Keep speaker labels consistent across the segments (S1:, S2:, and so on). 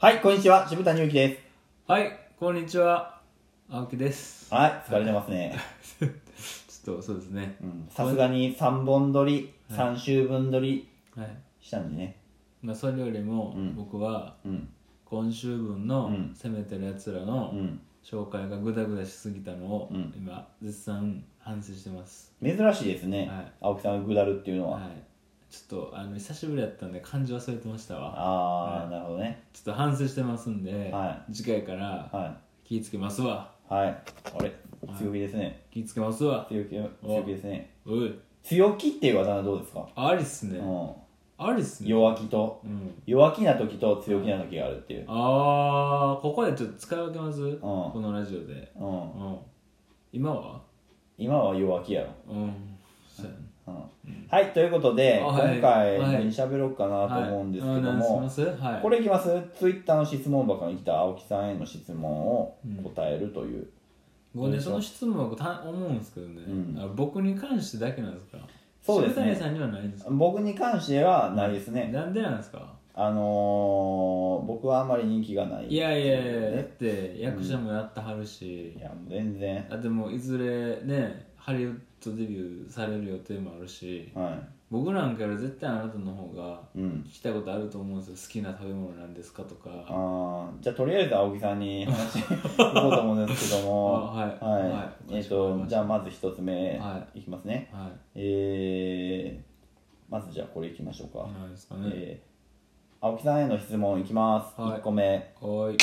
S1: はい、こんにちは、渋谷祐樹で
S2: はい、こんにちは。青木です。
S1: す。はい、疲れてますね。
S2: ちょっとそうですね。
S1: うんさすがに3本撮り、3週分撮り
S2: はい。
S1: したんでね。
S2: まあ、それよりも
S1: ん
S2: 僕は
S1: うん、
S2: 今週分
S1: う
S2: の
S1: ん
S2: 攻めてる奴ら
S1: う
S2: の
S1: ん。
S2: 紹介がグダグダしすぎたのを
S1: うん
S2: 今絶賛反省してます。
S1: 珍しいですね、
S2: はい
S1: 青木さんが下るっていうのは。
S2: はい。ちょっとあの久しぶりやったんで漢字忘れてましたわ。
S1: あー、
S2: はい
S1: なるほどね。
S2: ちょっと反省してますんで、
S1: は
S2: 次回から
S1: は
S2: 気ぃつけますわ。
S1: い。はい。あれ強気ですね。
S2: 気ぃつけますわ。
S1: 強気、強気ですね。
S2: おい。
S1: 強気っていう技はどうですか、
S2: ありっすね。
S1: う
S2: ありっす
S1: ん、
S2: ね。
S1: 弱気と、
S2: うん。
S1: 弱気な時と強気な時があるっていう。
S2: ああここでちょっと使い分けます、このラジオで、
S1: うん
S2: う。ん、今は
S1: 今は弱気やろ。
S2: うんそうやね
S1: うんはい、ということで、
S2: あはい
S1: 今回
S2: はい
S1: 何喋ろうかなと思うんですけど
S2: はいあなん
S1: も、
S2: しますはい
S1: これいきますツイッターの質問箱に来た青木さんへの質問を答えるという、
S2: 僕ねその質問はた思うんですけどね、
S1: うん
S2: あ僕に関してだけなんですか
S1: そうですね
S2: 渋谷さんにはないんですか
S1: 僕に関してはないですね、
S2: なんでなんですか
S1: あのー、僕はあんまり人気がない
S2: いやいやいやだっ
S1: ね
S2: て役者もやってはるし
S1: い、やもう全然
S2: あでもいずれねハリウッドデビューされる予定もあるし
S1: は
S2: 僕なんかより絶対あなたの方が
S1: いうん
S2: 聞きたいことあると思うんですよ好きな食べ物なんですかとか
S1: あーじゃあとりあえず青木さんに話していこうと思うんですけど
S2: あ
S1: も
S2: はい
S1: はい、
S2: はい
S1: えっ、とじ
S2: ゃ
S1: ゃあまず一つ目、、
S2: はい
S1: きますね
S2: あはい
S1: えー、まずじゃあこれいきましょうか、
S2: 何ですかね
S1: えー青木さんへの質問いきます、
S2: は
S1: 1
S2: い
S1: 個目
S2: はい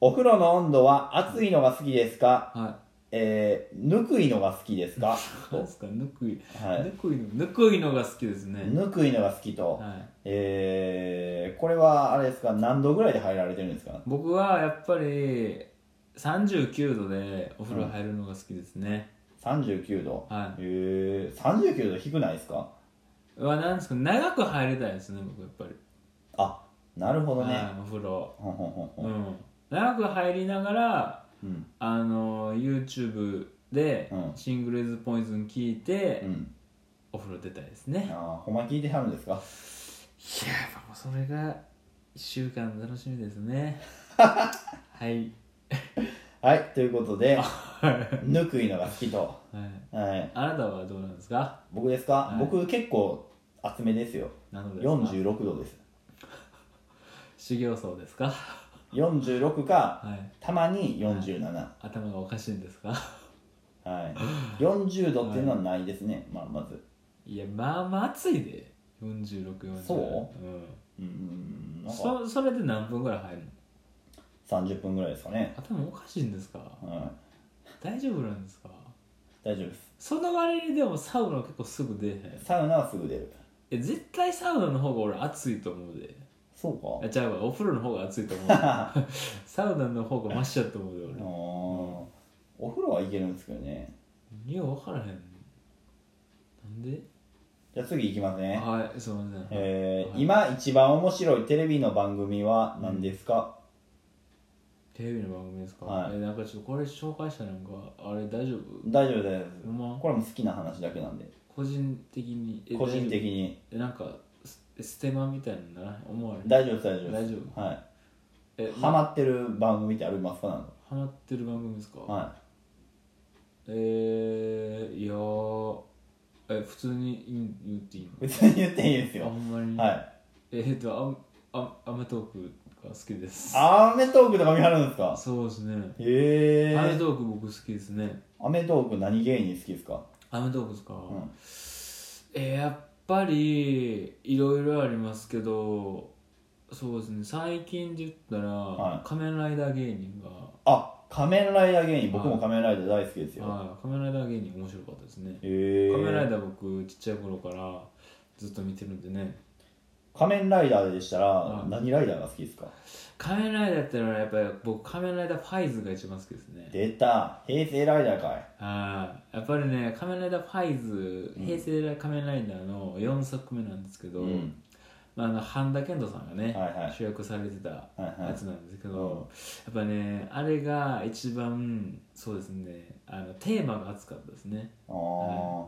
S1: お風呂の温度は熱いのが好きですか、
S2: は
S1: えー、ぬくいのが好きです か
S2: い何ですかぬくい
S1: はい
S2: ぬくいのぬくいのが好きですね
S1: ぬくいのが好きと、
S2: はい
S1: えー、これはあれですか何度ぐらいで入られてるんですか
S2: 僕はやっぱり39度でお風呂入るのが好きですね
S1: 39度
S2: は
S1: えー、39度低くないですか
S2: うわなんですか長く入りたいですね僕やっぱり
S1: あなるほどね
S2: はいお風呂
S1: ほんほんほんほ
S2: うんん長く入りながら
S1: うん
S2: あの YouTube で
S1: うん
S2: シングルイズポイズン聞いて
S1: うん
S2: お風呂出たいですね
S1: あーほんま聞いてはるんですか
S2: いややっぱもうそれが1週間の楽しみで すねはい
S1: はいということでぬくいのが好きと、
S2: はい
S1: はい、
S2: あなたはどうなんですか
S1: 僕ですか、
S2: い
S1: 僕結構厚めですよ
S2: なのですか
S1: 46度です
S2: 修行僧ですか
S1: 46か
S2: はい
S1: たまに47、
S2: 頭がおかしいんですか
S1: はい、40度っていうのはないですね、まあ、まず
S2: いやまあまあ暑いで4647、
S1: そう
S2: ん、
S1: うーんなんか
S2: そそれで何分ぐらい入るの
S1: 30分ぐらいですかね、
S2: 頭おかしいんですか
S1: は
S2: 大丈夫なんですか
S1: い、大丈夫です
S2: その割にでもサウナ結構すぐ出へん
S1: サウナはすぐ出る
S2: え絶対サウナの方が俺暑いと思うで
S1: そう
S2: あ
S1: か
S2: ちゃうわお風呂の方が暑いと思 うサウナの方がマシだと思うよ
S1: あーお風呂はいけるんですけどね
S2: 俺よう分からへんなんで
S1: じゃあ次いきますね、
S2: はいすいません、
S1: えー
S2: はい
S1: 今一番面白いテレビの番組は何ですか、
S2: テレビの番組ですか、
S1: はい
S2: えなんかちょっとこれ紹介したなんかあれ大丈夫
S1: 大丈夫大丈
S2: ほんま
S1: 夫これも好きな話だけなんで
S2: 個人的にえ
S1: 個人
S2: 大
S1: 的
S2: 丈
S1: に
S2: 夫えなんかスステマみたいなのな思われ
S1: 大丈夫です大丈夫です
S2: 大丈夫
S1: はい
S2: え
S1: ハマってる番組ってありますかなんか
S2: ハマってる番組ですか、
S1: は
S2: えー、いやーえ普通に言う言っていい
S1: い別に言っていいです
S2: のあ
S1: よ
S2: ほんまに、
S1: はい
S2: い、えー、っとああアメトークが好きです
S1: アメトークとか見張るんですか
S2: そうですね
S1: へえ
S2: アメ
S1: ー、
S2: トーク僕好きですね
S1: アメトーク何芸人好きですか
S2: アメトークですか、
S1: ん
S2: えーやっぱりいろいろありますけどそうですね最近で言ったら、
S1: は
S2: 仮面ライダー芸人が、
S1: あ仮面ライダー芸人僕も
S2: はい
S1: 仮面ライダー大好きですよ
S2: はい、仮面ライダー芸人面白かったですね、
S1: へえ
S2: 仮面ライ
S1: ー、
S2: ダー僕ちっちゃい頃からずっと見てるんでね
S1: 仮面ライダーでしたら
S2: い
S1: 何ライダーが好きですか
S2: 仮面ライダーってのはやっぱり僕仮面ライダーファイズが一番好きですね
S1: 出た平成ライダーかい
S2: はいやっぱりね仮面ライダーファイズ
S1: うん
S2: 平成仮面ライダーの4作目なんですけど、
S1: うん
S2: まあ、あの半田健人さんがね、
S1: はいはい
S2: 主役されてた
S1: はいは
S2: や
S1: い
S2: つなんですけど、
S1: うん
S2: やっぱねあれが一番そうですねあのテーマが熱かったですね
S1: あー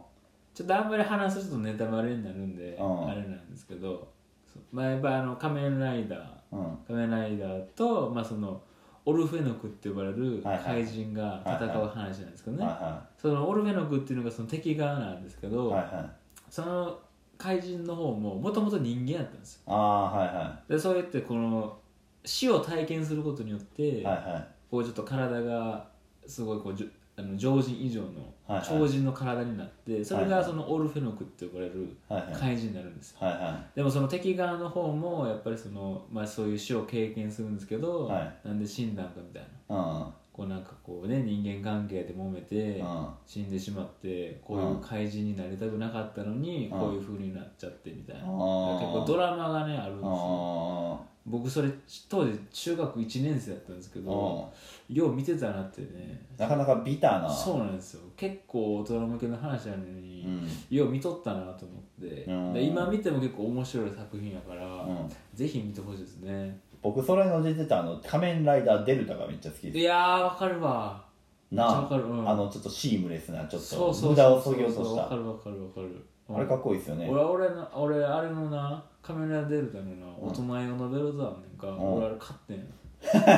S2: ちょっとあんまり話すとネタバレになるんで、
S1: うん
S2: あれなんですけどそうまあやっぱりあの仮面ライダー
S1: うんは
S2: 仮面ライダーと、まあ、そのオルフェノクって呼ばれる
S1: はいはい
S2: 怪人が戦う話なんですけど
S1: い
S2: ね、
S1: は
S2: そのオルフェノクっていうのがその敵側なんですけ
S1: い
S2: ど、
S1: はいはい
S2: その怪人の方ももともと人間やったんですよ
S1: ああーはいは
S2: でそうやってこの死を体験することによって、
S1: いはいはい
S2: こうちょっと体がすごいこうじゅあの常人以上の
S1: はいはい
S2: 超人の体になって、それ
S1: はい
S2: が
S1: はい
S2: そのオルフェノクって呼ばれる
S1: はいはい
S2: 怪人になるんですよ
S1: はいは
S2: でもその敵側の方もやっぱりその、まあ、そういう死を経験するんですけど、
S1: は
S2: なんで死んだんかみたいない
S1: うん
S2: こうなんかこうね人間関係で揉めて
S1: うん
S2: 死んでしまってこういう怪人になりたくなかったのに
S1: うん
S2: こういう風になっちゃってみたいな
S1: あ
S2: 結
S1: ー
S2: 構ドラマがねあるんですよ
S1: あ
S2: 僕それ当時中学1年生だったんです
S1: あ
S2: け
S1: うん
S2: どよう見てたなってね
S1: なかなかビターな
S2: そうなんですよ結構大人向けの話なのに、
S1: うん
S2: よう見とったなと思って、
S1: うん
S2: で今見ても結構面白い作品やから、
S1: うん
S2: ぜひ見てほしいですね
S1: 僕それに乗せてたあの仮面ライダーデルタがめっちゃ好き
S2: い
S1: です
S2: やーわかるわ
S1: な
S2: めっちゃわかるうん
S1: あのちょっとシームレスなちょっ
S2: そう
S1: と
S2: そう
S1: 無駄をそぎ落とし
S2: わか
S1: た
S2: るわかるわかる
S1: あれかっこいいですよね
S2: 俺は俺の俺あれのなカメラ出るためのな
S1: うん
S2: 大人用のベルトあんねんか、
S1: ん
S2: 俺あれ買ってん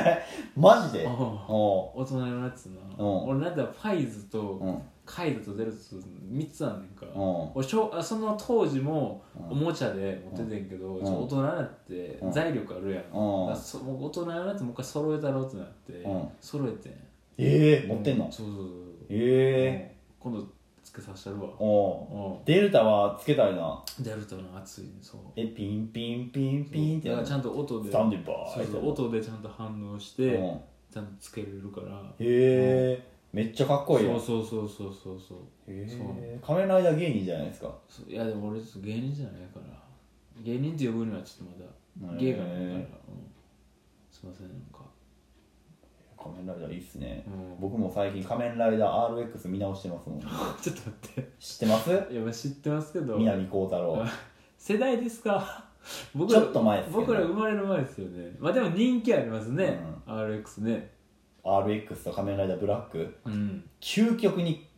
S1: マジで
S2: ああ
S1: お
S2: 大人用のやつな、
S1: うん
S2: 俺なんだファイズ
S1: うう
S2: と
S1: ん
S2: カイズとデルツ3つあんねんか、
S1: うん
S2: 俺しょあその当時も
S1: うん
S2: おもちゃで持っててんけど、
S1: うん
S2: ちょっと大人になって
S1: うん
S2: 財力あるやん、
S1: うん
S2: だからそもう大人になってもう一回揃えたろうってなって、
S1: うん
S2: 揃えてん
S1: ええ持ってんの
S2: そうそうそうそう
S1: ええ
S2: うん今度つけさせたるわ
S1: おう
S2: う
S1: デルタはつけたいなん
S2: デルタの熱いねそう
S1: えピンピンピンピンって
S2: だ
S1: なる
S2: からちゃんと音で
S1: スタンディバー
S2: そう
S1: イ
S2: そう音でちゃんと反応して、
S1: うん
S2: ちゃんとつけれるから
S1: へえめっちゃかっこいいやんへ
S2: そうそうそうそうそうそう
S1: え仮面ライダー芸人じゃないですか
S2: そういやでも俺ちょっと芸人じゃないから芸人って呼ぶにはちょっとまだ
S1: へー
S2: 芸がないから、うん、すいませんなんか
S1: 仮面ライダーいいっすね
S2: うん
S1: 僕も最近仮面ライダー RX 見直してますもん
S2: ちょっと待っ
S1: 知ってます
S2: ていやまあ知ってますけど
S1: 南光太郎
S2: 世代ですか 僕
S1: ち
S2: ら
S1: ょっと前ですけ
S2: 僕ら
S1: ど
S2: 生まれる前ですよねまあでも人気ありますね、RX ね
S1: RX と仮面ライダーブラック
S2: うん
S1: 究極に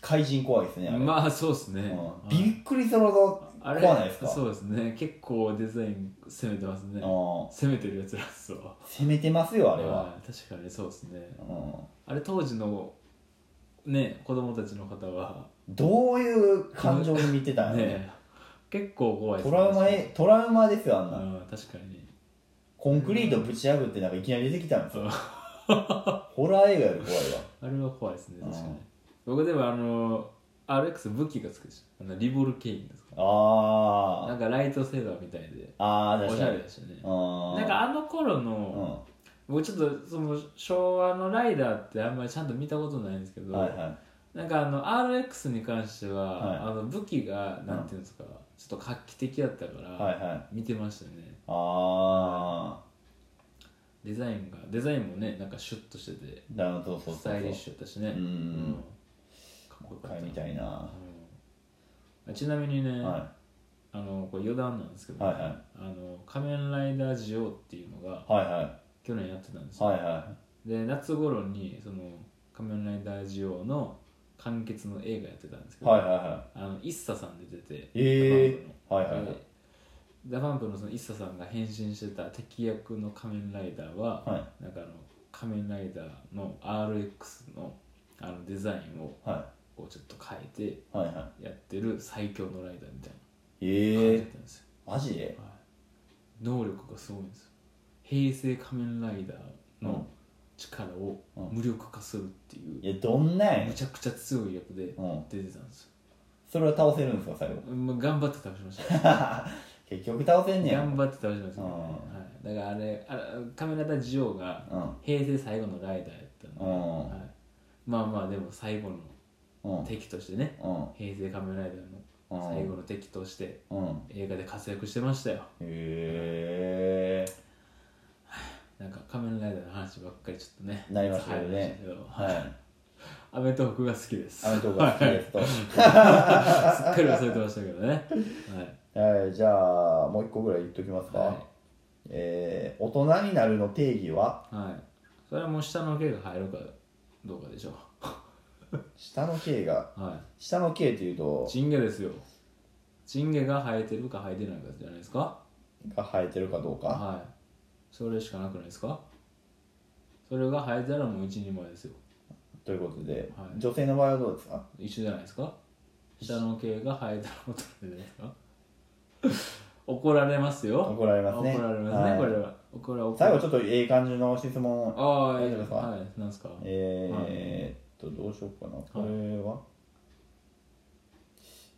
S1: 怪人怖いですねあれ、
S2: まあそうですね、
S1: うんびっくりするほど
S2: あ
S1: 怖
S2: れ
S1: ないですか
S2: そうですね結構デザイン攻めてますね
S1: うん
S2: 攻めてるやつらっすわ
S1: 攻めてますよあれは、
S2: はい確かにそうですね
S1: う
S2: あれ当時のね子供たちの方は
S1: ん、どういう感情で見てたんやろね
S2: ね結構怖い
S1: トラウマえトラウマですよあん
S2: う
S1: な、
S2: ん確かに
S1: コンクリートぶち破ってなんかいきなり出てきたんですよ ホラー映画より怖いわ
S2: あれは怖いですね確か
S1: う
S2: に
S1: ん
S2: 僕でもあの RX 武器がつくでしょあのリボルケインですか な
S1: あ
S2: んかライトセーバーみたいで
S1: あああ
S2: お
S1: 確
S2: し
S1: か
S2: ゃ
S1: に
S2: れでしたね
S1: あ
S2: なんかあの頃
S1: う
S2: の、
S1: ん
S2: 僕ちょっとその昭和のライダーってあんまりちゃんと見たことないんですけど、
S1: はいはい
S2: なんかあの RX に関しては、
S1: はい
S2: あの武器がなんていうんですか、ちょっと画期的だったから、
S1: はいはい
S2: 見てましたね
S1: ああ
S2: デザインがデザインもねなんかシュッとしてて
S1: だからそうそうそうそう
S2: スタイリッシュだったしね
S1: うん
S2: かっこよか
S1: 一
S2: っ
S1: 回
S2: た
S1: 見たいな、
S2: うんちなみにね、
S1: は
S2: あのこれ余談なんですけど、
S1: はいはい
S2: あの仮面ライダージオっていうのが
S1: いはいは
S2: 去年やってたんです
S1: い
S2: よ、
S1: はいは
S2: で夏頃にその仮面ライダージオの完結の映画やってたんですけ
S1: い
S2: ど、
S1: はいはいは
S2: あのイッサさん出てて
S1: いえー、はいは
S2: ダパ
S1: いは
S2: ンプの
S1: い
S2: でダパンプのそのイッサさんが変身してた敵役の仮面ライダーは、
S1: はい
S2: なんかあの仮面ライダーの RX のあのデザインを
S1: は
S2: こうちょっと変えて
S1: いはいは
S2: やってる最強のライダーみたい
S1: い
S2: な感
S1: え
S2: じだ
S1: ー
S2: っ、たんですよ、
S1: マジで
S2: はい能力がすごいんですよ平成仮面ライダー
S1: うん
S2: の力を
S1: うん
S2: 無力化するっていう、
S1: いやどんなんやね
S2: む
S1: ん
S2: ちゃくちゃ強い役で
S1: うん
S2: 出てたんですよ、
S1: それは倒せるんですか最後
S2: まあ頑張って倒しました
S1: 結局倒せんねや
S2: 頑張って倒しましたね、
S1: うん
S2: はい、だからあれあれ仮面ライダージオウが
S1: うん
S2: 平成最後のライダーやったんで、
S1: うん
S2: はい、まあまあでも最後の
S1: うん
S2: 敵としてね
S1: うん
S2: 平成仮面ライダーの最後の敵として
S1: うん
S2: 映画で活躍してましたよ
S1: へえ
S2: なんか仮面ライダーの話ばっかりちょっとね
S1: なりましたけどね
S2: 入りましたけど
S1: ー、はい
S2: アメトークが好きです
S1: アメトークが好きですと
S2: すっかり忘れてましたけどねはい、
S1: はいじゃあもう一個ぐらい言っときますか、
S2: は
S1: えー、大人になるの定義はい
S2: はい、それはもう下の毛が入るかどうかでしょ
S1: 下の刑が
S2: うはい
S1: 下の刑というと
S2: チンゲですよチンゲが生えてるか生えてないかじゃないですか
S1: が生えてるかどうか
S2: はいそれしかなくないですかそれが生えたらもう一人前ですよ
S1: ということで、
S2: はい
S1: 女性の場合はどうですか
S2: 一緒じゃないですか下の毛が生えたらもう取れるじゃないですか怒られますよ
S1: 怒られますね
S2: 怒られますね、
S1: はい
S2: これは怒ら怒ら
S1: 最後ちょっとええ感じの質問
S2: ああ
S1: 大
S2: いい
S1: 丈夫
S2: で
S1: ですす
S2: か
S1: か
S2: はいなんですか
S1: えー、っとどうしようかなこれは、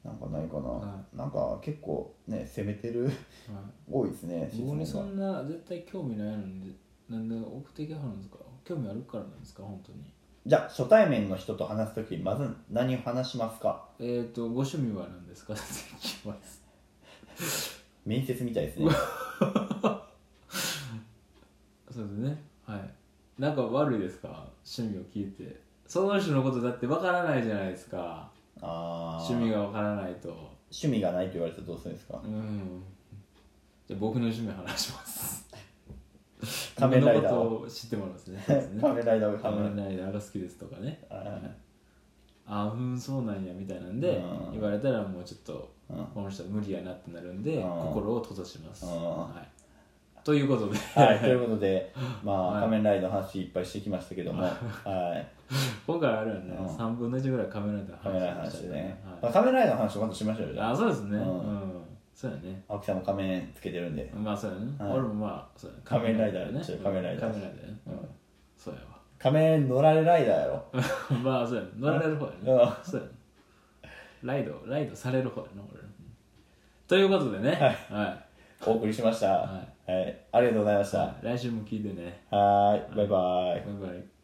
S1: なんかないかな、
S2: は
S1: なんか結構ね攻めてる
S2: はい
S1: 多いですね質
S2: 僕
S1: 問
S2: に
S1: が
S2: そんな絶対興味ないのになんで送ってきはるんですか興味あるからなんですか本当に
S1: じゃあ初対面の人と話す時まず何を話しますか
S2: えっ、ー、とご趣味は何ですか 聞きます
S1: 面接みたいですね
S2: そうですねはいなんか悪いですか趣味を聞いてその人のことだってわからないじゃないですか
S1: あー
S2: 趣味がわからないと
S1: 趣味がないと言われたらどうするんですか
S2: うんじゃあ僕の趣味話します
S1: 仮面ライダー
S2: 僕
S1: を
S2: のことを知ってもらうんですねそうですね
S1: 仮面ライダーを
S2: 仮
S1: 仮面
S2: 面ライダーが好きですとかね
S1: あー
S2: ああうんそうなんやみたいなんで
S1: うん
S2: 言われたらもうちょっと
S1: うん
S2: この人は無理やなってなるんで
S1: うん
S2: 心を閉ざします、
S1: うん
S2: はい、ということで、
S1: はい、ということで、ま
S2: は
S1: あ、
S2: い
S1: 仮面ライダーの話いっぱいしてきましたけども、はい、
S2: 今回あれはね、
S1: うん
S2: 3分の1ぐらいカメラで
S1: 仮面ライダーの
S2: 話しま
S1: 話
S2: した
S1: でね、ま
S2: は
S1: あ、仮面ライダーの話をまたしましょうよ、
S2: い、
S1: じゃあ
S2: あそうですねう、
S1: うんん
S2: そうやね
S1: 青木さんも仮面つけてるんで、
S2: まあそうやね、
S1: はい
S2: 俺もまあそうやね
S1: 仮面ライダー
S2: ね
S1: ちょ仮面ライダー
S2: うん仮面ライダーね、うん、そうや
S1: 仮面乗られライダーや ろ。
S2: わまあそうやね乗られる方やね、
S1: うん
S2: そうやねライドライドされる方やな俺らということでねは
S1: お送りしました。
S2: は
S1: はい、ありがとうございまし
S2: い、
S1: た。
S2: 来週も聞いてね
S1: はーい、バイバイ。
S2: バイバイ